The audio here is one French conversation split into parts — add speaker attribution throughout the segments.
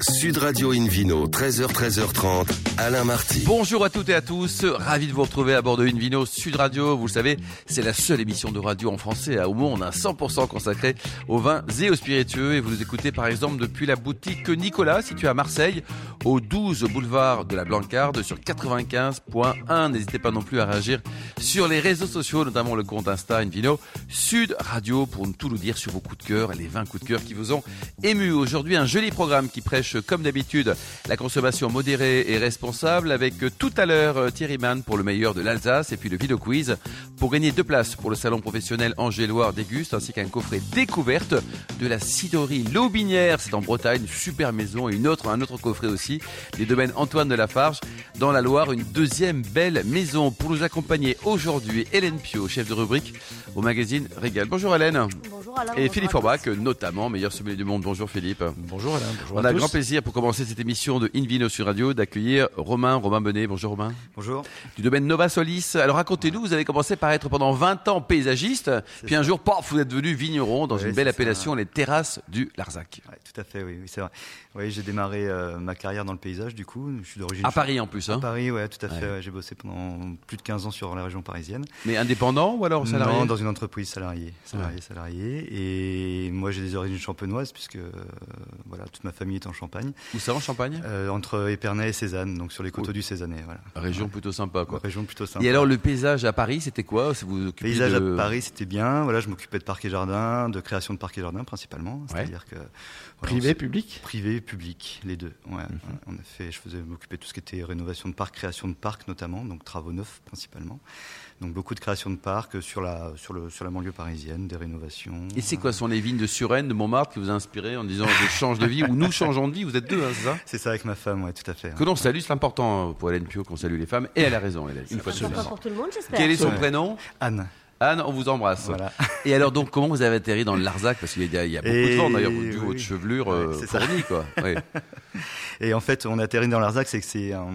Speaker 1: Sud Radio Invino, 13h, 13h30, Alain Marty.
Speaker 2: Bonjour à toutes et à tous, ravi de vous retrouver à bord de Invino Sud Radio. Vous le savez, c'est la seule émission de radio en français à au monde, à 100% consacrée aux vins et aux spiritueux. Et vous nous écoutez par exemple depuis la boutique Nicolas, située à Marseille, au 12 boulevard de la Blancarde, sur 95.1. N'hésitez pas non plus à réagir sur les réseaux sociaux, notamment le compte Insta Invino Sud Radio, pour tout nous dire sur vos coups de cœur et les 20 coups de cœur qui vous ont ému. Aujourd'hui, un joli programme qui prête comme d'habitude, la consommation modérée et responsable avec euh, tout à l'heure Thierry Mann pour le meilleur de l'Alsace et puis le Vino Quiz pour gagner deux places pour le salon professionnel Angéloire Déguste ainsi qu'un coffret découverte de la cidorie L'aubinière. C'est en Bretagne, une super maison et une autre, un autre coffret aussi des domaines Antoine de Lafarge dans la Loire, une deuxième belle maison pour nous accompagner aujourd'hui. Hélène Pio, chef de rubrique au magazine Régal. Bonjour Hélène.
Speaker 3: Bonjour Alain.
Speaker 2: Et Philippe Forbach, notamment meilleur sommelier du monde. Bonjour Philippe.
Speaker 4: Bonjour Alain. Bonjour
Speaker 2: On a à tous. grand plaisir pour commencer cette émission de Invino sur Radio d'accueillir Romain, Romain Benet. Bonjour Romain.
Speaker 5: Bonjour.
Speaker 2: Du domaine Nova Solis. Alors racontez-nous, vous avez commencé par être pendant 20 ans paysagiste, puis un jour, paf, vous êtes devenu vigneron dans oui, une belle appellation, ça. les terrasses du Larzac.
Speaker 5: Ouais, tout à fait, oui, oui c'est vrai. Oui, j'ai démarré euh, ma carrière dans le paysage du coup. Je suis d'origine.
Speaker 2: À Paris en plus, hein. À
Speaker 5: Paris, ouais, tout à fait. Ouais. Ouais, j'ai bossé pendant plus de 15 ans sur la région parisienne.
Speaker 2: Mais indépendant ou alors salarié
Speaker 5: Non, dans une entreprise salariée. Salarié, salarié. Et moi, j'ai des origines champenoises puisque euh, voilà, toute ma famille est en Champagne.
Speaker 2: Où ça en Champagne
Speaker 5: euh, Entre Épernay et Cézanne, donc sur les coteaux oh. du Cézannais. Voilà.
Speaker 2: Région ouais. plutôt sympa, quoi.
Speaker 5: Région plutôt sympa.
Speaker 2: Et alors le paysage à Paris, c'était quoi si vous
Speaker 5: Paysage
Speaker 2: de...
Speaker 5: à Paris, c'était bien. Voilà, je m'occupais de parcs et jardins, de création de parcs et jardins principalement. C'est-à-dire ouais. que
Speaker 4: voilà, privé, public.
Speaker 5: Privé, public, les deux. Ouais.
Speaker 2: Mhm.
Speaker 5: Mm -hmm. On a fait, je faisais m'occuper de tout ce qui était rénovation de parcs, création de parcs notamment, donc travaux neufs principalement. Donc beaucoup de création de parcs sur la, sur, le, sur la banlieue parisienne, des rénovations.
Speaker 2: Et c'est quoi sont les vignes de Suresnes, de Montmartre qui vous a inspiré en disant je change de vie ou nous changeons de vie Vous êtes deux, hein, c'est ça
Speaker 5: C'est ça avec ma femme, ouais, tout à fait. Hein.
Speaker 2: Que l'on salue, c'est important pour Hélène Pio qu'on salue les femmes et elle a raison, Hélène.
Speaker 3: Une fois sur deux. pour tout le monde, j'espère.
Speaker 2: Quel est son ouais. prénom
Speaker 5: Anne.
Speaker 2: Anne, on vous embrasse. Voilà. Et alors donc comment vous avez atterri dans le Larzac parce qu'il y, y, a beaucoup et de vent d'ailleurs, du haut oui. de chevelure euh, ouais, fournie, quoi. Oui.
Speaker 5: Et en fait, on atterrit dans le Larzac, c'est que c'est un,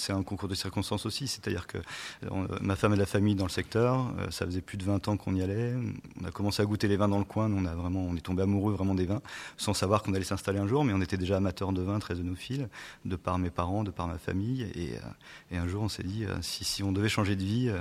Speaker 5: c'est un concours de circonstances aussi, c'est-à-dire que euh, on, ma femme et la famille dans le secteur, euh, ça faisait plus de 20 ans qu'on y allait, on a commencé à goûter les vins dans le coin, on a vraiment on est tombé amoureux vraiment des vins sans savoir qu'on allait s'installer un jour, mais on était déjà amateurs de vin, très œnophiles, de par mes parents, de par ma famille et, euh, et un jour on s'est dit si, si on devait changer de vie, euh,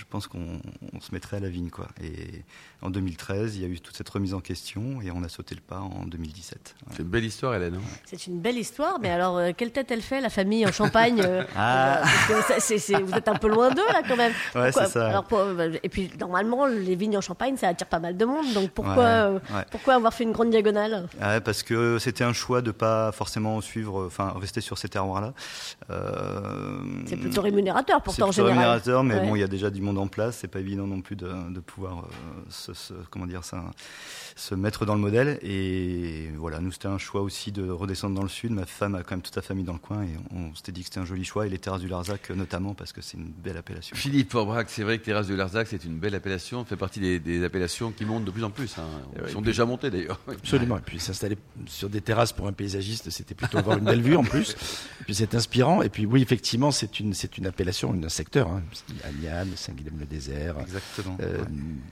Speaker 5: je pense qu'on se mettrait à la vigne. Quoi. Et en 2013, il y a eu toute cette remise en question et on a sauté le pas en 2017.
Speaker 2: C'est une belle histoire, Hélène. hein.
Speaker 3: C'est une belle histoire, mais alors, euh, quelle tête elle fait, la famille en Champagne euh, ah. euh, ça, c est, c est, Vous êtes un peu loin d'eux, là, quand même.
Speaker 5: Ouais, c'est ça.
Speaker 3: Alors, pour, euh, et puis, normalement, les vignes en Champagne, ça attire pas mal de monde, donc pourquoi, euh, ouais, ouais. pourquoi avoir fait une grande diagonale
Speaker 5: Ah Parce que c'était un choix de pas forcément suivre, enfin, rester sur ces terroirs-là.
Speaker 3: c'est plutôt rémunérateur, pourtant, en
Speaker 5: général. Hmm. C'est rémunérateur, mais bon, il y a déjà du monde en place, c'est pas évident non plus de, de pouvoir euh, se, se, comment dire ça, se mettre dans le modèle. Et voilà, nous c'était un choix aussi de redescendre dans le sud. Ma femme a quand même toute sa famille dans le coin et on, on s'était dit que c'était un joli choix. Et les terrasses du Larzac euh, notamment parce que c'est une belle appellation.
Speaker 2: Philippe Forbrac, c'est vrai que terrasses du Larzac c'est une belle appellation. Ça fait partie des, des, appellations qui montent de plus en plus. Hein. Ils sont puis, déjà montées d'ailleurs.
Speaker 4: Absolument. Et puis s'installer sur des terrasses pour un paysagiste, c'était plutôt avoir une belle vue en plus. Et puis c'est inspirant. Et puis oui, effectivement, c'est une, c'est une appellation, un secteur. Hein. Agnane, Saint-Guilhem-le-Désert,
Speaker 5: Exactement.
Speaker 4: Euh, ouais.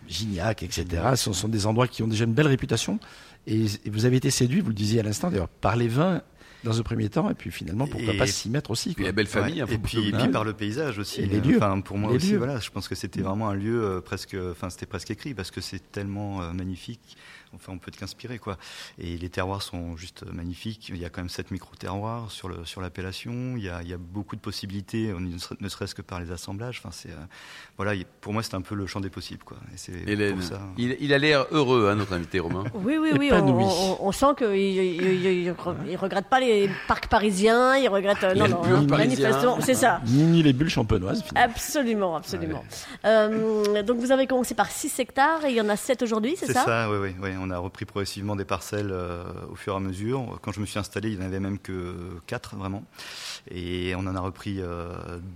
Speaker 4: Gignac, etc. Ce sont des endroits qui ont déjà une belle réputation. Et, et vous avez été séduit, vous le disiez à l'instant d'ailleurs, par les vins dans un premier temps, et puis finalement, pourquoi et pas s'y mettre aussi.
Speaker 2: Quoi. Et la belle famille, ouais. hein,
Speaker 5: et, puis, et puis par le paysage aussi.
Speaker 4: Et les lieux.
Speaker 5: Enfin, pour moi
Speaker 4: les
Speaker 5: aussi,
Speaker 4: lieux.
Speaker 5: voilà, je pense que c'était vraiment un lieu euh, presque, enfin, c'était presque écrit parce que c'est tellement euh, magnifique. Enfin, on peut qu'inspirer, quoi. Et les terroirs sont juste euh, magnifiques. Il y a quand même sept micro-terroirs sur le sur l'appellation. Il, il y a, beaucoup de possibilités, ne serait-ce que par les assemblages. Enfin, c'est euh, voilà. Pour moi, c'est un peu le champ des possibles, quoi. Et c'est ça.
Speaker 2: Il, il a l'air heureux, hein, notre invité Romain.
Speaker 3: Oui, oui, oui. On, on, on, sent qu'il il, il, regrette pas les les parcs parisiens, ils regrettent. Euh, non, non, hein, manifestement, c'est ça.
Speaker 4: Ni, ni, les bulles champenoises.
Speaker 3: Finalement. Absolument, absolument. Ouais. Euh, donc vous avez commencé par 6 hectares et il y en a 7 aujourd'hui, c'est ça
Speaker 5: C'est ça, oui, oui, oui, On a repris progressivement des parcelles euh, au fur et à mesure. Quand je me suis installé, il n'y en avait même que 4 vraiment. Et on en a repris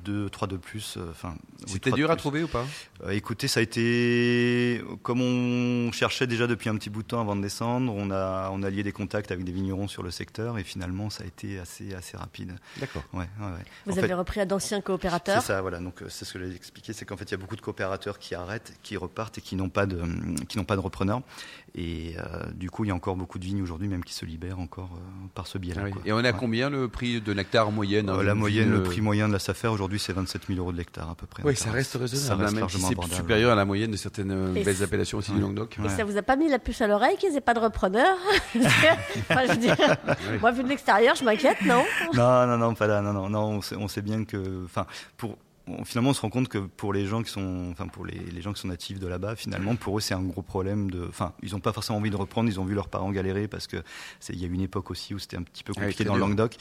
Speaker 5: 2, 3 de plus. euh, Enfin,
Speaker 2: C'était dur à trouver ou pas
Speaker 5: Euh, Écoutez, ça a été. Comme on cherchait déjà depuis un petit bout de temps avant de descendre, on a, on a lié des contacts avec des vignerons sur le secteur et finalement, ça a été assez, assez rapide.
Speaker 2: D'accord.
Speaker 5: Ouais, ouais, ouais.
Speaker 3: Vous en avez fait, repris à d'anciens coopérateurs
Speaker 5: C'est ça, voilà. Donc, euh, c'est ce que j'ai hum, expliqué c'est qu'en fait, il y a beaucoup de coopérateurs qui arrêtent, qui repartent et qui n'ont pas de, qui n'ont pas de repreneur. Et, Et euh, du coup, il y a encore beaucoup de vignes aujourd'hui, même qui se libèrent encore euh, par ce biais-là.
Speaker 2: Ah oui.
Speaker 5: quoi.
Speaker 2: Et on est à
Speaker 5: Ouais.
Speaker 2: combien le prix de nectar en moyenne hein,
Speaker 5: Euh, La
Speaker 2: une
Speaker 5: moyenne,
Speaker 2: vigne,
Speaker 5: le
Speaker 2: euh,
Speaker 5: prix moyen de la SAFER aujourd'hui, c'est 27 000 euros de l'hectare à peu près.
Speaker 2: Oui, ça reste
Speaker 5: Ça
Speaker 2: raisonnable,
Speaker 5: reste
Speaker 2: hein, même si
Speaker 5: largement
Speaker 2: c'est
Speaker 5: abordable.
Speaker 2: supérieur à la moyenne de certaines euh,
Speaker 3: Et
Speaker 2: belles
Speaker 3: c'est-
Speaker 2: appellations aussi du Languedoc.
Speaker 3: Et
Speaker 5: Ouais.
Speaker 3: ça vous a pas mis la puce à l'oreille qu'ils aient pas de repreneur Enfin, je veux dire, Moi, vu de l'extérieur, je m'inquiète, non
Speaker 5: Non, non, non, pas là. Non, non, non. On sait, on sait bien que, enfin, pour on- finalement, on se rend compte que pour les gens qui sont, enfin, pour les, les gens qui sont natifs de là-bas, finalement, pour eux, c'est un gros problème de, enfin, ils n'ont pas forcément envie de reprendre. Ils ont vu leurs parents galérer parce que c'est- il y a une époque aussi où c'était un petit peu
Speaker 2: Ouais,
Speaker 5: compliqué
Speaker 2: c'était
Speaker 5: dans le
Speaker 2: dur.
Speaker 5: Languedoc.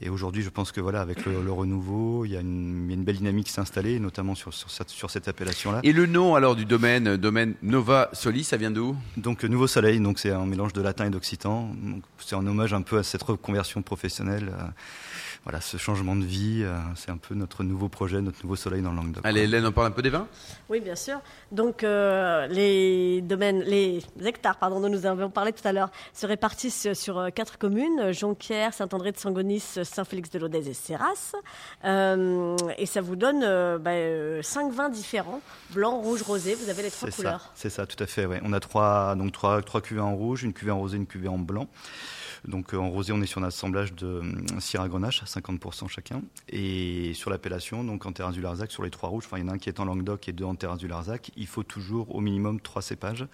Speaker 5: Et aujourd'hui, je pense que voilà, avec le, le renouveau, il y, a une il y a une belle dynamique qui s'est installée, notamment sur sur cette, sur cette appellation-là.
Speaker 2: Et le nom alors du domaine, euh, domaine Nova Soli, ça vient d'où
Speaker 5: Donc euh, Nouveau Soleil, donc c'est un mélange de latin et d'occitan. Donc, C'est un hommage un peu à cette reconversion professionnelle, euh, voilà, ce changement de vie. euh, c'est un peu notre nouveau projet, notre nouveau soleil dans le Languedoc.
Speaker 2: Allez, Hélène, on parle un peu des vins
Speaker 3: Oui, bien sûr. Donc, euh, les domaines, les hectares, pardon, dont nous avons parlé tout à l'heure, se répartissent sur euh, quatre communes euh, Jonquière, Saint-André de Sangonis, Saint-Félix-de-Lodez et Serras. Euh, et ça vous donne euh, bah, euh, cinq vins différents blanc, rouge, rosé. Vous avez les trois
Speaker 5: C'est ça,
Speaker 3: couleurs.
Speaker 5: c'est ça, tout à fait. ouais. On a trois, donc trois, trois cuvées en rouge, une cuvée en rosé, une cuvée en blanc. Donc euh, en rosé, on est sur un assemblage de hum, Syrah Grenache à 50% chacun. Et sur l'appellation, donc en terrasse du Larzac, sur les trois rouges, enfin il y en a un qui est en Languedoc et deux en terrasse du Larzac, il faut toujours au minimum trois cépages.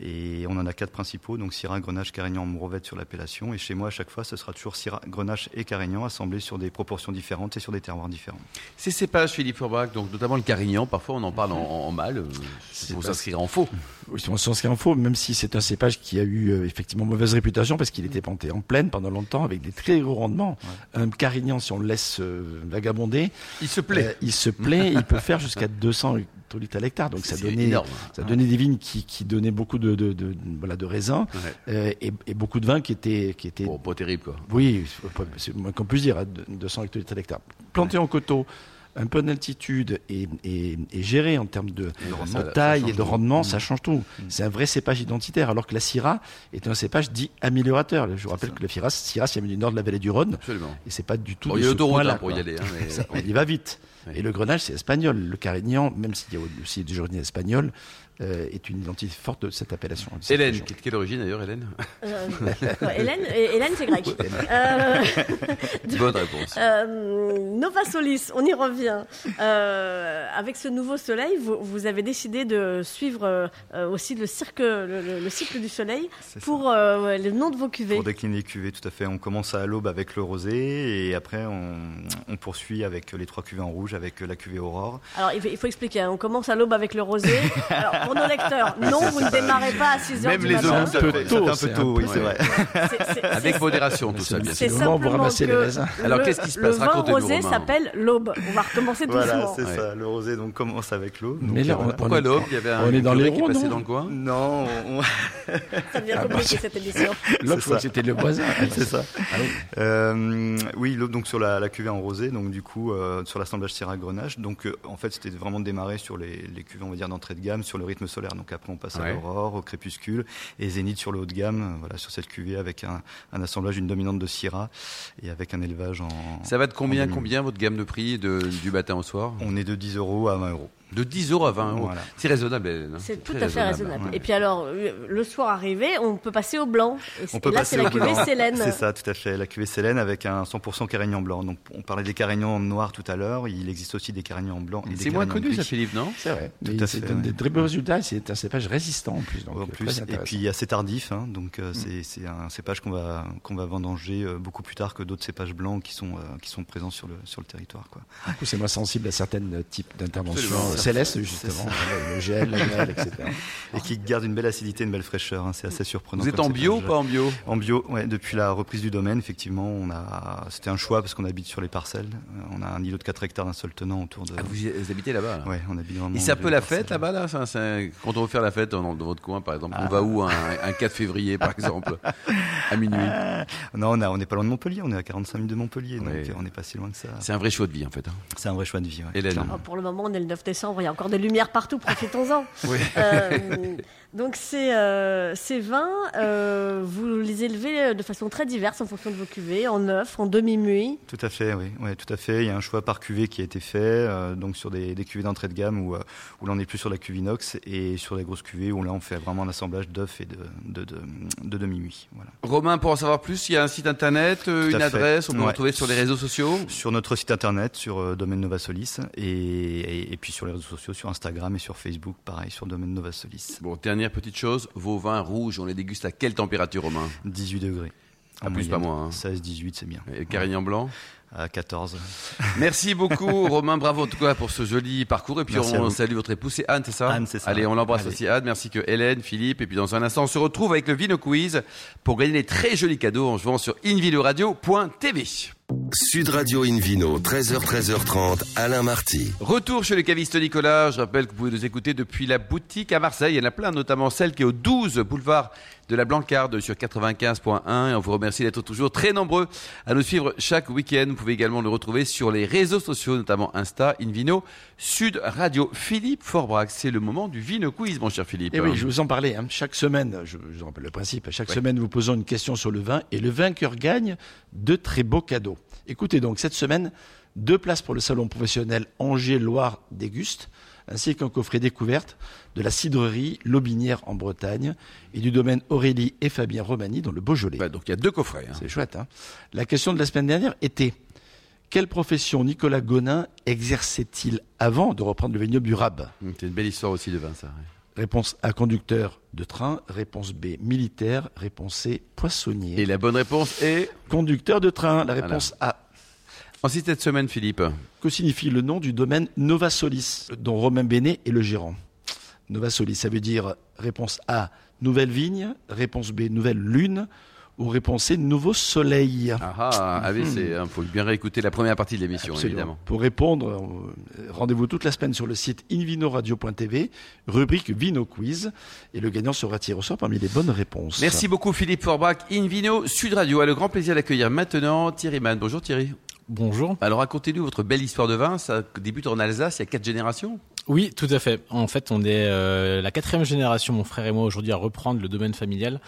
Speaker 5: Et on en a quatre principaux, donc Syrah, Grenache, Carignan, Mourovette sur l'appellation. Et chez moi, à chaque fois, ce sera toujours Syrah, Grenache et Carignan assemblés sur des proportions différentes et sur des terroirs différents.
Speaker 2: Ces cépages, Philippe Forbach, donc notamment le Carignan, parfois on en parle en, en mal, euh, c'est pour
Speaker 4: pas-
Speaker 2: s'inscrire en faux.
Speaker 4: Oui, sur le sens qu'il en faut, même si c'est un cépage qui a eu euh, effectivement mauvaise réputation parce qu'il était planté en plaine pendant longtemps avec des très gros rendements. Un carignan, si on le laisse euh, vagabonder,
Speaker 2: Il se plaît.
Speaker 4: euh, il se plaît, il peut faire jusqu'à 200 litres à l'hectare. Donc ça
Speaker 2: C'est
Speaker 4: donnait,
Speaker 2: énorme.
Speaker 4: ça donnait des vignes qui, qui donnaient beaucoup de, de, de- voilà, de raisins euh, et, et beaucoup de vins qui étaient, qui étaient
Speaker 2: Bon, pas terrible quoi.
Speaker 4: oui, c'est le moins qu'on puisse dire, hein, de- 200 hectolitres à l'hectare. Planté en coteau, un peu d'altitude et, et, et géré en termes de,
Speaker 2: de
Speaker 4: de
Speaker 2: rendement, ça- ça
Speaker 4: taille
Speaker 2: change
Speaker 4: et de
Speaker 2: tout. Mmh.
Speaker 4: rendement, ça change tout. C'est un vrai cépage identitaire, alors que la Syrah est un cépage dit améliorateur. Je vous rappelle que la Syrah, Syrah c'est du nord de la vallée du Rhône,
Speaker 2: Absolument.
Speaker 4: et c'est pas du tout
Speaker 2: Bon,
Speaker 4: de
Speaker 2: il y a
Speaker 4: ce
Speaker 2: l'autoroute,
Speaker 4: point-là,
Speaker 2: hein, pour y
Speaker 4: quoi.
Speaker 2: aller, hein, mais-
Speaker 4: Ça, on y va vite.
Speaker 2: Oui.
Speaker 4: Et le Grenache, c'est espagnol. Le Carignan, même s'il y a aussi des origines espagnoles, euh, est une identité forte de cette appellation. de cette
Speaker 2: Hélène,
Speaker 4: région.
Speaker 2: quelle, quelle origine d'ailleurs, Hélène
Speaker 3: Euh, ouais, Hélène, Hélène c'est grec. Euh,
Speaker 2: Bonne réponse.
Speaker 3: Euh, Nova Solis, on y revient. Euh, avec ce nouveau soleil, vous, vous avez décidé de suivre euh, euh, aussi le, cirque, le, le- le cycle du soleil
Speaker 5: C'est ça.
Speaker 3: pour euh, le nom de vos cuvées.
Speaker 5: Pour décliner les cuvées, tout à fait. On commence à l'aube avec le rosé et après on, on poursuit avec les trois cuvées en rouge, avec la cuvée aurore.
Speaker 3: Alors, il faut, il faut expliquer, hein, on commence à l'aube avec le rosé. Alors, pour nos lecteurs, non, vous ne démarrez pas à 6 heures
Speaker 2: Même
Speaker 3: du
Speaker 2: les
Speaker 3: matin.
Speaker 2: hommes,
Speaker 4: un peu
Speaker 5: Ça fait
Speaker 4: tôt,
Speaker 5: un
Speaker 4: Ah, c'est
Speaker 5: peu
Speaker 4: un
Speaker 5: tôt,
Speaker 4: peu-
Speaker 5: oui, c'est vrai.
Speaker 3: C'est- c'est-
Speaker 2: Avec
Speaker 3: c'est-
Speaker 2: modération tout ça, bien
Speaker 4: c'est
Speaker 2: sûr.
Speaker 3: c'est
Speaker 4: le moment où vous
Speaker 3: simplement
Speaker 4: ramassez
Speaker 3: que
Speaker 4: les raisins.
Speaker 2: Alors,
Speaker 3: le-
Speaker 2: qu'est-ce qui se passe
Speaker 3: Le vin
Speaker 2: Racontez-nous,
Speaker 3: rosé
Speaker 2: Romain.
Speaker 3: s'appelle l'aube. On va recommencer
Speaker 5: Voilà,
Speaker 3: doucement.
Speaker 5: c'est
Speaker 2: Ouais.
Speaker 5: ça. Le rosé donc commence avec l'eau.
Speaker 4: Mais
Speaker 5: Donc,
Speaker 4: là,
Speaker 5: euh, voilà.
Speaker 2: Pourquoi
Speaker 4: On est-
Speaker 2: l'aube Il y avait un
Speaker 4: on est dans
Speaker 2: curé
Speaker 4: les
Speaker 2: qui
Speaker 4: ronds,
Speaker 2: passait
Speaker 4: non
Speaker 2: dans le coin
Speaker 5: Non, on-
Speaker 3: Ça devient compliqué cette émission.
Speaker 4: L'autre, je crois
Speaker 5: ça.
Speaker 4: que c'était le voisin.
Speaker 5: c'est ça.
Speaker 2: Ah
Speaker 5: Euh, oui, l'aube donc sur la, la cuvée en rosé, donc du coup euh, sur l'assemblage Syrah Grenache. Donc euh, en fait, c'était vraiment de démarrer sur les, les cuvées, on va dire d'entrée de gamme, sur le rythme solaire. Donc après, on passe à
Speaker 2: Ouais.
Speaker 5: l'aurore, au crépuscule et zénith sur le haut de gamme. euh, Voilà, sur cette cuvée avec un, un assemblage, une dominante de Syrah et avec un élevage en.
Speaker 2: Ça va de combien,
Speaker 5: en demi.
Speaker 2: combien votre gamme de prix de- du matin au soir
Speaker 5: On est de 10 euros à 20 euros.
Speaker 2: De 10 euros à 20 euros.
Speaker 5: Voilà.
Speaker 2: C'est raisonnable, Hélène. hein.
Speaker 3: C'est tout
Speaker 2: très
Speaker 3: à fait raisonnable. Et puis alors, euh, le soir arrivé, on peut passer au blanc. Et, c-
Speaker 5: On
Speaker 3: et
Speaker 5: peut
Speaker 3: là,
Speaker 5: passer
Speaker 3: c'est la
Speaker 5: au
Speaker 3: cuvée
Speaker 5: blanc.
Speaker 3: Célène.
Speaker 5: C'est ça, tout à fait. La cuvée Célène avec un 100% carignan blanc. Donc, on parlait des carignans noirs tout à l'heure. Il existe aussi des carignans blancs. et des
Speaker 2: C'est moins
Speaker 5: carignans
Speaker 2: connu, ça,
Speaker 5: gris.
Speaker 2: Philippe, non
Speaker 4: C'est vrai.
Speaker 5: Tout
Speaker 4: Mais
Speaker 5: à
Speaker 4: ça
Speaker 5: fait,
Speaker 4: donne
Speaker 5: ouais.
Speaker 4: des très beaux résultats. et C'est un cépage résistant en plus. Donc, euh,
Speaker 5: En
Speaker 4: très
Speaker 5: plus, et
Speaker 4: intéressant.
Speaker 5: puis assez tardif, hein. donc
Speaker 2: Mm.
Speaker 5: euh, c'est- c'est un cépage qu'on va qu'on va vendanger euh, beaucoup plus tard que d'autres cépages blancs qui sont euh, qui sont présents sur le sur le territoire. Quoi.
Speaker 4: Du coup, c'est moins sensible à certains types d'interventions
Speaker 2: Absolument.
Speaker 4: euh, célestes, justement. Le gel, la grêle, etc.
Speaker 5: Et qui gardent une belle acidité, une belle fraîcheur. hein. C'est assez surprenant.
Speaker 2: Ah. Vous êtes
Speaker 5: comme
Speaker 2: en bio ou
Speaker 5: cépage.
Speaker 2: pas en bio
Speaker 5: En bio, ouais, depuis la reprise du domaine, effectivement, on a c'était un choix parce qu'on habite sur les parcelles. Euh, On a un îlot de 4 hectares d'un seul tenant autour de.
Speaker 2: Ah, vous, y- vous habitez là-bas là.
Speaker 5: Ouais, on habite vraiment.
Speaker 2: Et c'est un
Speaker 5: au
Speaker 2: peu
Speaker 5: milieu
Speaker 2: la
Speaker 5: des
Speaker 2: fête
Speaker 5: parcelles.
Speaker 2: là-bas là ça, c'est- Quand on veut faire la fête dans, dans votre coin par exemple, on va où un, un 4 février par exemple À minuit
Speaker 5: Non, on a- on n'est pas loin de Montpellier. On est à 45 minutes de Montpellier, donc
Speaker 2: Ouais.
Speaker 5: euh, on n'est pas si loin que ça.
Speaker 2: C'est un vrai show de vie en fait. hein.
Speaker 5: C'est un vrai choix de vie. ouais,
Speaker 2: Hélène.
Speaker 5: clairement.
Speaker 3: Oh, pour le moment, on est le 9 décembre. chambre, il y a encore des lumières partout, profitons-en.
Speaker 2: Oui.
Speaker 3: Euh, donc ces, euh, ces vins, euh, vous les élevez euh, de façon très diverse en fonction de vos cuvées, en neuf, en demi-muit.
Speaker 5: Tout à fait, oui. Ouais, tout à fait. Il y a un choix par cuvée qui a été fait, euh, donc sur des, des cuvées d'entrée de gamme où, euh, où là on n'est plus sur la cuve inox et sur les grosses cuvées où là on fait vraiment un assemblage d'œufs et de, de, de, de demi-muit. Voilà.
Speaker 2: Romain, pour en savoir plus, il y a un site internet, euh,
Speaker 5: Tout à
Speaker 2: une
Speaker 5: fait.
Speaker 2: adresse, on peut
Speaker 5: Ouais.
Speaker 2: retrouver sur les réseaux sociaux.
Speaker 5: Sur notre site internet, sur euh, Domaine Nova Solis et, et, et puis sur les réseaux sociaux, sur Instagram et sur Facebook, pareil, sur Domaine Nova Solis.
Speaker 2: Bon, dernière petite chose, vos vins rouges, on les déguste à quelle température, Romain
Speaker 5: 18 degrés.
Speaker 2: Ah, plus, pas moins, hein.
Speaker 5: 16-18, c'est bien.
Speaker 2: Et Carignan blanc
Speaker 5: À 14.
Speaker 2: Merci beaucoup, Romain. Bravo en tout cas pour ce joli parcours. Et puis
Speaker 5: Merci à
Speaker 2: on
Speaker 5: vous.
Speaker 2: salue votre épouse, c'est Anne, c'est ça
Speaker 5: Anne, c'est ça.
Speaker 2: Allez, on l'embrasse
Speaker 5: Allez.
Speaker 2: aussi, Anne. Merci que Hélène, Philippe. Et puis dans un instant, on se retrouve avec le Vino Quiz pour gagner les très jolis cadeaux en jouant sur invinoradio.tv.
Speaker 1: Sud Radio Invino, 13h, 13h30, Alain Marty.
Speaker 2: Retour chez le caviste Nicolas. Je rappelle que vous pouvez nous écouter depuis la boutique à Marseille. Il y en a plein, notamment celle qui est au 12 boulevard de la Blancarde sur 95.1. Et on vous remercie d'être toujours très nombreux à nous suivre chaque week-end. Vous pouvez également nous retrouver sur les réseaux sociaux, notamment Insta, Invino, Sud Radio. Philippe Forbrac, c'est le moment du Vino Quiz, mon cher Philippe.
Speaker 4: Et Eh oui, je vous en parlais. hein. Chaque semaine, je, je vous rappelle le principe, à chaque semaine, nous posons une question sur le vin et le vainqueur gagne de très beaux cadeaux. Écoutez donc, cette semaine, deux places pour le salon professionnel Angers-Loire Déguste, ainsi qu'un coffret découverte de la cidrerie Lobinière en Bretagne et du domaine Aurélie et Fabien Romani dans le Beaujolais.
Speaker 2: Bah, donc il y a deux coffrets. hein.
Speaker 4: C'est chouette. Hein la question de la semaine dernière était quelle profession Nicolas Gonin exerçait-il avant de reprendre le vignoble du Rab
Speaker 2: C'est une belle histoire aussi de vin, ça.
Speaker 4: Réponse A, conducteur de train. Réponse B, militaire. Réponse C, poissonnier.
Speaker 2: Et la bonne réponse est.
Speaker 4: Conducteur de train, la réponse A.
Speaker 2: Ensuite, cette semaine, Philippe.
Speaker 4: Que signifie le nom du domaine Nova Solis, dont Romain Bénet est le gérant Nova Solis, ça veut dire réponse A, nouvelle vigne. Réponse B, nouvelle lune. Ou réponse C, nouveau soleil.
Speaker 2: Ah ah, AVC. Il faut bien réécouter la première partie de l'émission,
Speaker 4: Absolument.
Speaker 2: évidemment.
Speaker 4: Pour répondre, euh, rendez-vous toute la semaine sur le site invinoradio.tv, rubrique Vino Quiz, et le gagnant sera tiré au sort parmi les bonnes réponses.
Speaker 2: Merci beaucoup Philippe Forbach, Invino, Sud Radio. A le grand plaisir d'accueillir maintenant Thierry Mann. Bonjour Thierry.
Speaker 6: Bonjour.
Speaker 2: Alors racontez-nous votre belle histoire de vin. Ça débute en Alsace il y a quatre générations.
Speaker 6: Oui, tout à fait. En fait, on est euh, la quatrième génération, mon frère et moi, aujourd'hui, à reprendre le domaine familial.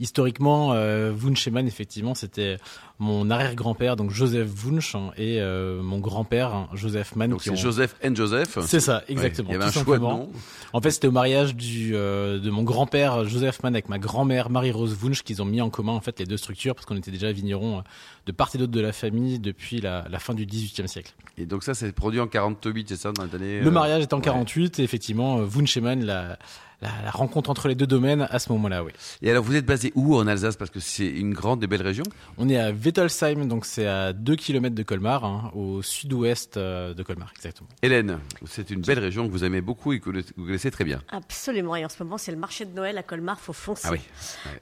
Speaker 6: Historiquement, euh, Wunschemann, effectivement, c'était mon arrière-grand-père, donc Joseph Wunsch, hein, et euh, mon grand-père, hein, Joseph Mann.
Speaker 2: Donc
Speaker 6: qui
Speaker 2: c'est
Speaker 6: ont-
Speaker 2: Joseph and Joseph.
Speaker 6: C'est ça, exactement.
Speaker 2: Il y avait
Speaker 6: tout
Speaker 2: un choix de
Speaker 6: simplement.
Speaker 2: nom.
Speaker 6: En fait, c'était au mariage du, euh, de mon grand-père Joseph Mann avec ma grand-mère Marie-Rose Wunsch qu'ils ont mis en commun en fait les deux structures parce qu'on était déjà vignerons euh, de part et d'autre de la famille depuis la, la fin du XVIIIe siècle.
Speaker 2: Et donc ça, c'est produit en 48, c'est ça, dans les années.
Speaker 6: Le
Speaker 2: euh,
Speaker 6: mariage est en
Speaker 2: ouais.
Speaker 6: 48 et effectivement euh, Wunsch et Mann la, la, la rencontre entre les deux domaines à ce moment-là, oui.
Speaker 2: Et alors vous êtes basé où en Alsace Parce que c'est une grande et belle région.
Speaker 6: On est à Wettelsheim, donc c'est à 2 km de Colmar, hein, au sud-ouest euh, de Colmar, exactement.
Speaker 2: Hélène, c'est une belle région que vous aimez beaucoup et que vous connaissez très bien.
Speaker 3: Absolument. Et en ce moment, c'est le marché de Noël à Colmar. Faut foncer.
Speaker 2: Ah oui.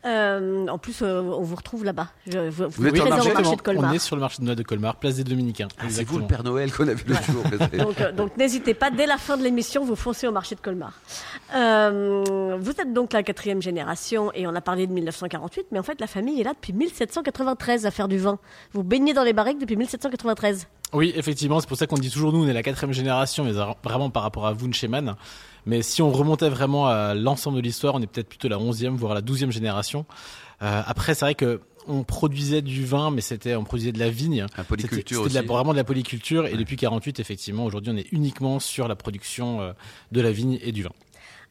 Speaker 3: Euh, en plus, euh, on vous retrouve là-bas. Je- vous
Speaker 2: êtes
Speaker 3: êtes
Speaker 2: au
Speaker 3: présent
Speaker 2: marché
Speaker 3: au marché de
Speaker 6: on
Speaker 3: Colmar.
Speaker 6: est sur le marché de Noël de Colmar, place des Dominicains.
Speaker 2: Ah, c'est vous
Speaker 6: exactement.
Speaker 2: le Père Noël qu'on a vu l'autre jour.
Speaker 3: Donc, euh, donc n'hésitez pas, dès la fin de l'émission, vous foncez au marché de Colmar. Euh, vous êtes donc la quatrième génération, et on a parlé de 1948, mais en fait, la famille est là depuis 1793 à faire du vin. Vous baignez dans les barriques depuis 1793.
Speaker 6: Oui, effectivement, c'est pour ça qu'on dit toujours nous, on est la quatrième génération, mais vraiment par rapport à Wunschemann. Mais si on remontait vraiment à l'ensemble de l'histoire, on est peut-être plutôt la onzième, voire la douzième génération. Euh, après, c'est vrai que on produisait du vin, mais c'était on produisait de la vigne.
Speaker 2: La
Speaker 6: C'était
Speaker 2: polyculture
Speaker 6: c'était de la-
Speaker 2: aussi.
Speaker 6: vraiment de la polyculture. Et depuis 48, effectivement, aujourd'hui, on est uniquement sur la production euh, de la vigne et du vin.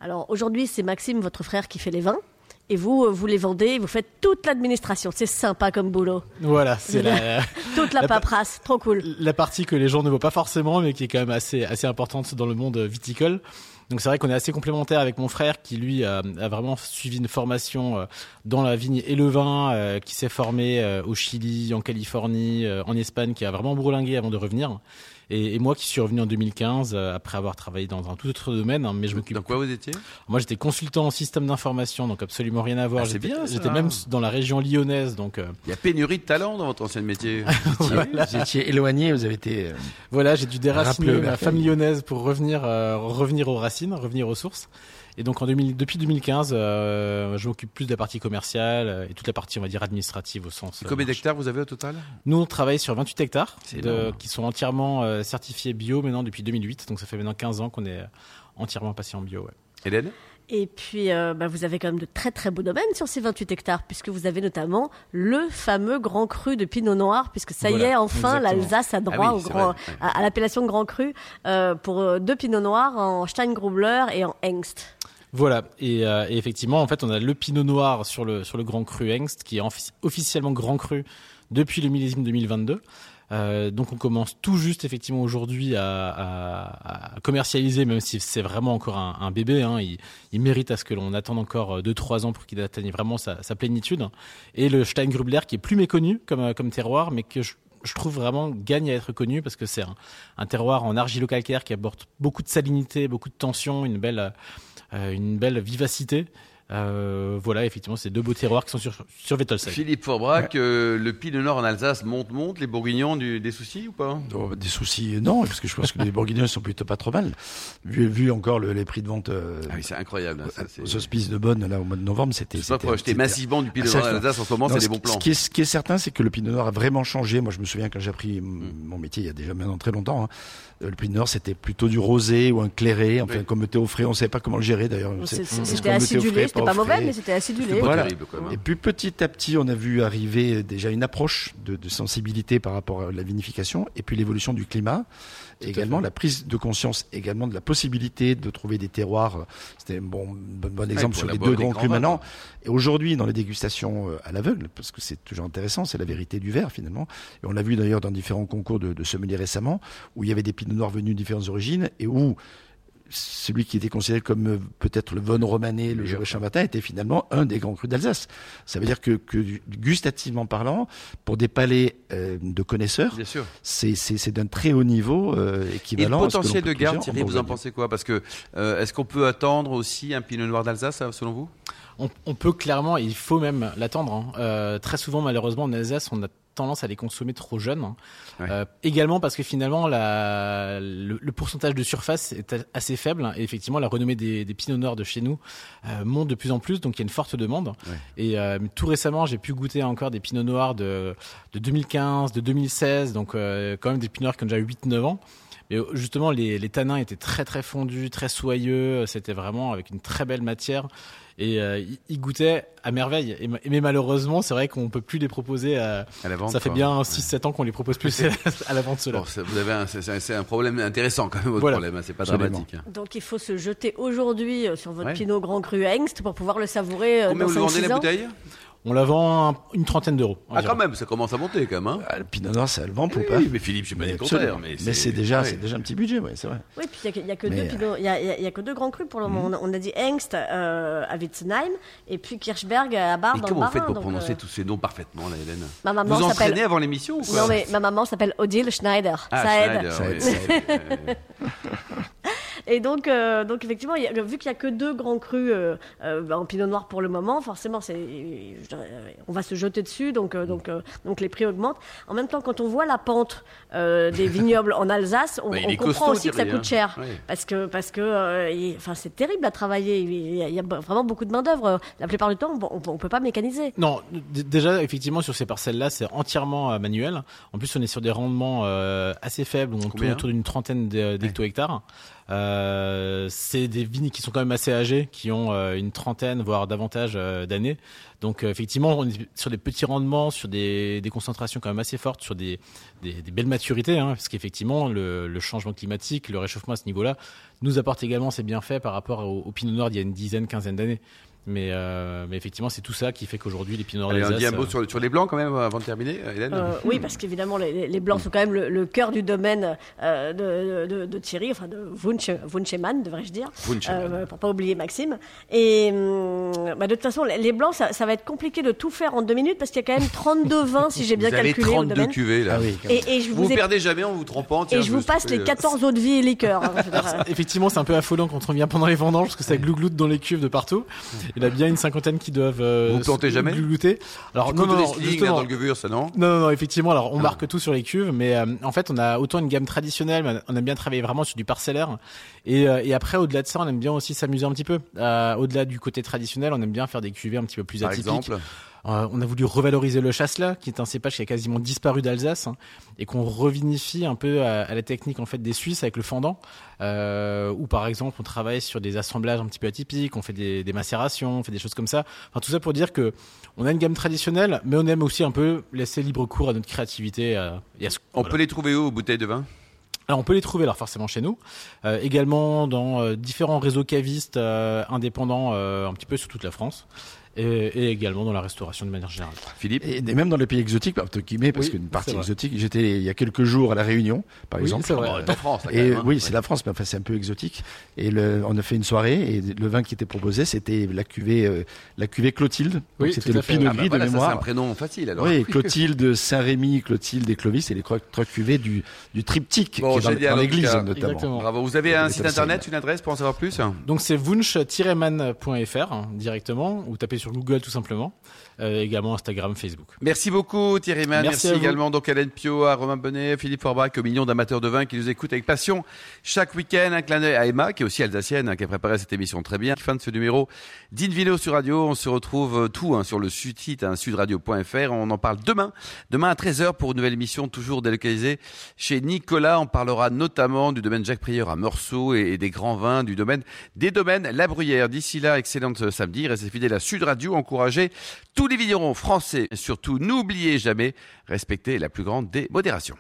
Speaker 3: Alors aujourd'hui, c'est Maxime, votre frère, qui fait les vins. Et vous, euh, vous les vendez, vous faites toute l'administration. C'est sympa comme boulot.
Speaker 6: Voilà, c'est la,
Speaker 3: Toute la
Speaker 6: La pa-
Speaker 3: paperasse, trop cool.
Speaker 6: la partie que les gens ne voient pas forcément, mais qui est quand même assez, assez importante dans le monde euh, viticole. Donc c'est vrai qu'on est assez complémentaires avec mon frère qui lui a, a vraiment suivi une formation euh, dans la vigne et le vin, euh, qui s'est formé euh, au Chili, en Californie, euh, en Espagne, qui a vraiment bourlingué avant de revenir. Et, et moi qui suis revenu en 2015 euh, après avoir travaillé dans un tout autre domaine, hein, mais je m'occupe.
Speaker 2: Dans quoi vous étiez
Speaker 6: Moi j'étais consultant en système d'information, donc absolument rien à voir.
Speaker 2: Ah, c'est
Speaker 6: J'étais-
Speaker 2: bien, ça.
Speaker 6: J'étais même dans la région lyonnaise, donc. euh,
Speaker 2: Il y a pénurie de talent dans votre ancien métier.
Speaker 4: Vous étiez- Vous étiez éloigné, vous avez été. euh,
Speaker 6: Voilà, j'ai dû déraciner
Speaker 4: Rappelez-le,
Speaker 6: ma
Speaker 4: Raphaël.
Speaker 6: femme lyonnaise pour revenir, euh, revenir aux racines, revenir aux sources. Et donc en 2000, depuis 2015, euh, je m'occupe plus de la partie commerciale euh, et toute la partie, on va dire, administrative au sens.
Speaker 2: Et
Speaker 6: euh,
Speaker 2: Combien
Speaker 6: marché.
Speaker 2: d'hectares vous avez au total
Speaker 6: Nous, on travaille sur 28 hectares
Speaker 2: C'est
Speaker 6: de-
Speaker 2: énorme.
Speaker 6: qui sont entièrement euh, certifiés bio maintenant depuis 2008. Donc ça fait maintenant 15 ans qu'on est euh, entièrement passé en bio. ouais.
Speaker 2: Hélène
Speaker 3: Et puis, euh, bah, vous avez quand même de très très beaux domaines sur ces 28 hectares, puisque vous avez notamment le fameux Grand Cru de Pinot Noir, puisque ça y
Speaker 6: Voilà,
Speaker 3: est, enfin,
Speaker 6: exactement.
Speaker 3: l'Alsace a droit
Speaker 2: Ah oui,
Speaker 3: au
Speaker 2: c'est
Speaker 3: grand,
Speaker 2: vrai, ouais.
Speaker 3: à, à l'appellation Grand Cru euh, pour euh, deux Pinot Noirs en Steingrubler et en Hengst.
Speaker 6: Voilà. Et, euh, et effectivement, en fait, on a le pinot noir sur le, sur le Grand Cru Hengst, qui est enfi- officiellement Grand Cru depuis le millésime 2022. Euh, donc on commence tout juste effectivement aujourd'hui à, à- à commercialiser, même si c'est vraiment encore un, un bébé. hein. il, il mérite à ce que l'on attende encore 2-3 ans pour qu'il atteigne vraiment sa, sa plénitude. Et le Steingrubler qui est plus méconnu comme, euh, comme terroir, mais que je, je trouve vraiment gagne à être connu parce que c'est un, un terroir en argilo-calcaire qui aborde beaucoup de salinité, beaucoup de tension, une belle, euh, euh, une belle vivacité. Euh, voilà, effectivement, ces deux beaux terroirs qui sont sur, sur Vettelsheim.
Speaker 2: Philippe Forbrac, euh, le Pinot Nord en Alsace monte, monte, les Bourguignons du- des soucis ou pas
Speaker 4: Oh, bah, des soucis, non, parce que je pense que les Bourguignons sont plutôt pas trop mal. Vu, vu encore le- les prix de vente euh,
Speaker 2: Ah oui, c'est incroyable. hein, ça, c'est-
Speaker 4: aux hospices de Bonne, là, au mois de novembre, c'était.
Speaker 2: Je sais pas
Speaker 4: c'était-
Speaker 2: pour acheter
Speaker 4: c'était-
Speaker 2: massivement du Pinot
Speaker 4: à
Speaker 2: Noir en
Speaker 4: chaque fois.
Speaker 2: Alsace en ce moment,
Speaker 4: Non,
Speaker 2: c'est
Speaker 4: ce
Speaker 2: des bons
Speaker 4: qui-
Speaker 2: plans.
Speaker 4: Ce qui, est, ce qui est certain, c'est que le Pinot Noir a vraiment changé. Moi, je me souviens quand j'ai appris mm, mon métier il y a déjà maintenant très longtemps. hein, euh, le Pinot Noir, c'était plutôt du rosé ou un clairé. Enfin,
Speaker 2: Oui.
Speaker 4: comme thé au frais, on ne savait pas comment le gérer d'ailleurs.
Speaker 3: Donc,
Speaker 4: C'est-
Speaker 3: c'est- C'était
Speaker 4: est-ce qu'on mettait au frais,
Speaker 3: acidulé, c'était pas
Speaker 4: au
Speaker 3: mauvais,
Speaker 4: frais
Speaker 3: mais c'était acidulé.
Speaker 2: C'est pas
Speaker 4: voilà.
Speaker 2: terrible quand même.
Speaker 4: et
Speaker 2: hein.
Speaker 4: puis petit à petit, on a vu arriver déjà une approche de, de sensibilité par rapport à la vinification, et puis l'évolution du climat, et
Speaker 6: à
Speaker 4: également la prise de conscience, également de la possibilité de trouver des terroirs. C'était un bon, bon, bon exemple
Speaker 2: pour
Speaker 4: sur les
Speaker 2: élaborer
Speaker 4: deux
Speaker 2: des
Speaker 4: grands
Speaker 2: grands
Speaker 4: crus
Speaker 2: vins,
Speaker 4: maintenant.
Speaker 2: quoi.
Speaker 4: Et aujourd'hui, dans les dégustations euh, à l'aveugle, parce que c'est toujours intéressant, c'est la vérité du verre finalement. Et on l'a vu d'ailleurs dans différents concours de, de sommeliers récemment, où il y avait des pinots noirs venus de différentes origines, et où celui qui était considéré comme euh, peut-être le Von Romané, le Juré Chambatin, était finalement un des grands crus d'Alsace. Ça veut dire que, que du- gustativement parlant, pour des palais euh, de connaisseurs,
Speaker 2: Bien sûr.
Speaker 4: c'est c'est- c'est d'un très haut niveau euh,
Speaker 2: Et le
Speaker 4: équivalent. à ce que l'on
Speaker 2: potentiel
Speaker 4: peut
Speaker 2: de garde,
Speaker 4: trouver en
Speaker 2: Thierry, vous en
Speaker 4: Bourgogne.
Speaker 2: pensez quoi Parce que euh, est-ce qu'on peut attendre aussi un Pinot Noir d'Alsace, hein, selon vous
Speaker 6: On, on peut clairement, et il faut même l'attendre. hein. Euh, très souvent, malheureusement, en Alsace, on a tendance à les consommer trop jeunes. hein.
Speaker 2: Ouais.
Speaker 6: Euh, également parce que finalement, la, le, le pourcentage de surface est a- assez faible. hein, Et effectivement, la renommée des, des pinots noirs de chez nous euh, monte de plus en plus, donc il y a une forte demande.
Speaker 2: Ouais.
Speaker 6: Et euh, tout récemment, j'ai pu goûter encore des pinots noirs de, de 2015, de 2016, donc euh, quand même des pinots noirs qui ont déjà 8-9 ans. Mais euh, justement, les, les tanins étaient très très fondus, très soyeux. C'était vraiment avec une très belle matière et euh, ils- ils goûtaient à merveille. Et, ma- mais malheureusement, c'est vrai qu'on peut plus les proposer. à-
Speaker 2: à la vente,
Speaker 6: ça fait
Speaker 2: quoi.
Speaker 6: bien 6-7 ans qu'on les propose plus à la vente cela.
Speaker 2: Bon, ça- vous avez un, c'est- c'est c'est un problème intéressant quand même, votre
Speaker 6: Voilà.
Speaker 2: problème. hein, c'est pas
Speaker 4: Absolument.
Speaker 2: dramatique. hein.
Speaker 3: Donc il faut se jeter aujourd'hui euh, sur votre
Speaker 2: Ouais.
Speaker 3: Pinot Grand Cru Hengst pour pouvoir le savourer euh,
Speaker 2: Combien
Speaker 3: dans
Speaker 2: vous le vendez
Speaker 3: 5-6
Speaker 2: la
Speaker 3: ans.
Speaker 2: bouteille
Speaker 6: On la vend un- une trentaine d'euros.
Speaker 2: Ah,
Speaker 6: environ.
Speaker 2: quand même, ça commence à monter quand même. hein.
Speaker 4: Ah, le Pinot Noir, ça le vend pour
Speaker 2: Oui,
Speaker 4: pas.
Speaker 2: oui, mais Philippe, je suis pas dit le contraire.
Speaker 4: absolument. Mais c'est déjà,
Speaker 2: ouais.
Speaker 4: c'est déjà un petit budget, ouais, c'est vrai.
Speaker 3: Oui, puis il n'y a, que- il y a que
Speaker 4: Mais,
Speaker 3: deux
Speaker 4: euh,
Speaker 3: Pinot- il y a, il y a- il y a que deux grands crus
Speaker 2: Hmm.
Speaker 3: pour le moment. On a- On, a dit Hengst euh, à Witzenheim et puis Kirchberg euh, à Bar
Speaker 2: Et
Speaker 3: dans
Speaker 2: comment
Speaker 3: le
Speaker 2: vous faites
Speaker 3: Bas-Rhin,
Speaker 2: pour
Speaker 3: donc,
Speaker 2: prononcer
Speaker 3: euh,
Speaker 2: tous ces noms parfaitement, là, Hélène
Speaker 3: Ma maman
Speaker 2: Vous
Speaker 3: s'appelle-
Speaker 2: entraînez avant l'émission ou quoi
Speaker 3: Non mais ma maman s'appelle Odile Schneider.
Speaker 2: Ah,
Speaker 3: ça aide.
Speaker 2: Schneider,
Speaker 4: Ça
Speaker 2: oui,
Speaker 4: aide,
Speaker 2: ça
Speaker 4: ça
Speaker 2: aide. Ouais.
Speaker 3: Et donc, euh, donc effectivement, il y a- vu qu'il n'y a que deux grands crus euh, euh, bah, en Pinot Noir pour le moment, forcément, c'est, je dirais, euh, on va se jeter dessus, donc, euh, donc, euh, donc les prix augmentent. En même temps, quand on voit la pente euh, des vignobles en Alsace, on,
Speaker 2: Bah, il
Speaker 3: on
Speaker 2: est
Speaker 3: comprend
Speaker 2: costaud,
Speaker 3: aussi que ça
Speaker 2: Thierry,
Speaker 3: coûte
Speaker 2: hein.
Speaker 3: cher.
Speaker 2: Ouais.
Speaker 3: Parce que, parce que, euh, il- enfin, c'est terrible à travailler. Il y a, il y a vraiment beaucoup de main d'œuvre. La plupart du temps, on, on, on peut pas mécaniser.
Speaker 6: Non, d- déjà effectivement sur ces parcelles-là, c'est entièrement euh, manuel. En plus, on est sur des rendements euh, assez faibles, on tourne
Speaker 2: Combien
Speaker 6: autour d'une trentaine d'he- d'hecto-hectares. Euh, c'est des vignes qui sont quand même assez âgées, qui ont euh, une trentaine voire davantage euh, d'années. Donc euh, effectivement, on est sur des petits rendements, sur des, des concentrations quand même assez fortes, sur des, des, des belles maturités, hein, parce qu'effectivement le, le changement climatique, le réchauffement à ce niveau-là, nous apporte également ses bienfaits par rapport au, au Pinot Noir d'il y a une dizaine, quinzaine d'années. Mais, euh, mais effectivement, c'est tout ça qui fait qu'aujourd'hui, les Pinot Noirs
Speaker 2: Allez, on dit un
Speaker 6: d'Alsace,
Speaker 2: mot
Speaker 6: euh,
Speaker 2: sur, sur les blancs quand même avant de terminer, euh, Hélène
Speaker 3: Euh, oui, parce qu'évidemment, les, les- les Blancs sont quand même le, le cœur du domaine euh, de, de- de Thierry, enfin de Wunsch, Wunschemann, devrais-je dire,
Speaker 2: Wunschemann.
Speaker 3: Euh, pour pas oublier Maxime. Et hum, bah, de toute façon, les les Blancs, ça, ça va être compliqué de tout faire en deux minutes parce qu'il y a quand même 32 vins, si j'ai bien
Speaker 2: Vous avez
Speaker 3: calculé. au
Speaker 2: 32
Speaker 3: domaine.
Speaker 2: cuvées là.
Speaker 4: Ah
Speaker 3: Et, et je
Speaker 2: Vous
Speaker 3: vous,
Speaker 2: vous
Speaker 3: ai-
Speaker 2: perdez jamais en vous trompant. tiens,
Speaker 3: et je vous
Speaker 2: me
Speaker 3: passe
Speaker 2: suis
Speaker 3: les
Speaker 2: fait, euh,
Speaker 3: 14 eaux de vie et liqueurs. hein, en général.
Speaker 6: Effectivement, c'est un peu affolant quand on vient pendant les vendanges parce que ça glougloute dans les cuves de partout. Il y en a bien une cinquantaine qui doivent. euh,
Speaker 2: Vous plantez
Speaker 6: se-
Speaker 2: jamais
Speaker 6: Gluter. Alors,
Speaker 2: Du
Speaker 6: non,
Speaker 2: coup,
Speaker 6: non,
Speaker 2: de
Speaker 6: non,
Speaker 2: Riesling,
Speaker 6: justement.
Speaker 2: dans le Gewürz, ça non
Speaker 6: Non, non, non, effectivement. Alors,
Speaker 2: Ah.
Speaker 6: on marque tout sur les cuves, mais euh, en fait, on a autant une gamme traditionnelle, mais on aime bien travailler vraiment sur du parcellaire. Et, euh, et après, au-delà de ça, on aime bien aussi s'amuser un petit peu. Euh, au-delà du côté traditionnel, on aime bien faire des cuvées un petit peu plus
Speaker 2: Par
Speaker 6: atypiques.
Speaker 2: exemple,
Speaker 6: Euh, on a voulu revaloriser le chasselas, qui est un cépage qui a quasiment disparu d'Alsace, hein, et qu'on revinifie un peu à, à la technique en fait des Suisses avec le fendant, euh, où par exemple on travaille sur des assemblages un petit peu atypiques, on fait des, des macérations, on fait des choses comme ça. Enfin tout ça pour dire que on a une gamme traditionnelle, mais on aime aussi un peu laisser libre cours à notre créativité. euh, et à ce-
Speaker 2: on
Speaker 6: voilà.
Speaker 2: peut les trouver où, aux bouteilles de vin
Speaker 6: Alors on peut les trouver alors forcément chez nous, euh, également dans euh, différents réseaux cavistes euh, indépendants euh, un petit peu sur toute la France, et- et également dans la restauration de manière générale.
Speaker 2: Philippe
Speaker 4: Et et même dans les pays exotiques, bah, entre guillemets, parce
Speaker 6: Oui,
Speaker 4: qu'une partie
Speaker 6: c'est vrai.
Speaker 4: exotique, j'étais il y a quelques jours à La Réunion, par
Speaker 6: Oui,
Speaker 4: exemple.
Speaker 6: c'est vrai.
Speaker 4: Euh,
Speaker 2: En France, là, quand
Speaker 4: Et
Speaker 2: même, hein.
Speaker 4: oui, c'est la France, mais enfin, c'est un peu exotique. Et le, on a fait une soirée, et le vin qui était proposé, c'était la cuvée, euh, la cuvée Clotilde. Donc,
Speaker 6: Oui,
Speaker 4: c'était
Speaker 6: tout
Speaker 4: le
Speaker 6: à fait.
Speaker 4: Pinot
Speaker 2: Ah bah
Speaker 4: Gris
Speaker 2: voilà,
Speaker 4: de
Speaker 2: ça,
Speaker 4: mémoire.
Speaker 2: c'est un prénom facile alors.
Speaker 4: Oui, Clotilde Saint-Rémy, Clotilde et Clovis, et les trois trois cuvées du, du triptyque,
Speaker 2: Bon,
Speaker 4: qui est
Speaker 2: génial,
Speaker 4: dans, dans
Speaker 2: en tout
Speaker 4: l'église,
Speaker 2: cas.
Speaker 4: notamment.
Speaker 6: Exactement.
Speaker 2: Bravo. Vous avez
Speaker 4: Il y a
Speaker 2: un
Speaker 4: des
Speaker 2: site
Speaker 4: conseils,
Speaker 2: internet,
Speaker 4: là.
Speaker 2: une adresse pour en savoir plus
Speaker 6: Donc c'est wunsch-man.fr hein, directement ou tapez sur Google tout simplement. Euh, également Instagram, Facebook.
Speaker 2: Merci beaucoup Thierry Mann. Merci,
Speaker 6: Merci à vous.
Speaker 2: également donc à Hélène Pio, à Romain Bonnet, Philippe Forbach, aux millions d'amateurs de vin qui nous écoutent avec passion chaque week-end. Un clin d'œil à Emma, qui est aussi alsacienne, hein, qui a préparé cette émission très bien. Fin de ce numéro d'Invino sur Radio. On se retrouve euh, tout hein, sur le sud- site hein, sudradio.fr. On en parle demain, demain à 13h pour une nouvelle émission toujours délocalisée chez Nicolas. On parlera notamment du domaine Jacques Prieur à Meursault et, et des grands vins du domaine des domaines La Bruyère. D'ici là, excellente euh, samedi. Restez fidèles à Sud Radio. Encouragez tous les vignerons français. Et surtout, n'oubliez jamais, respectez la plus grande des modérations.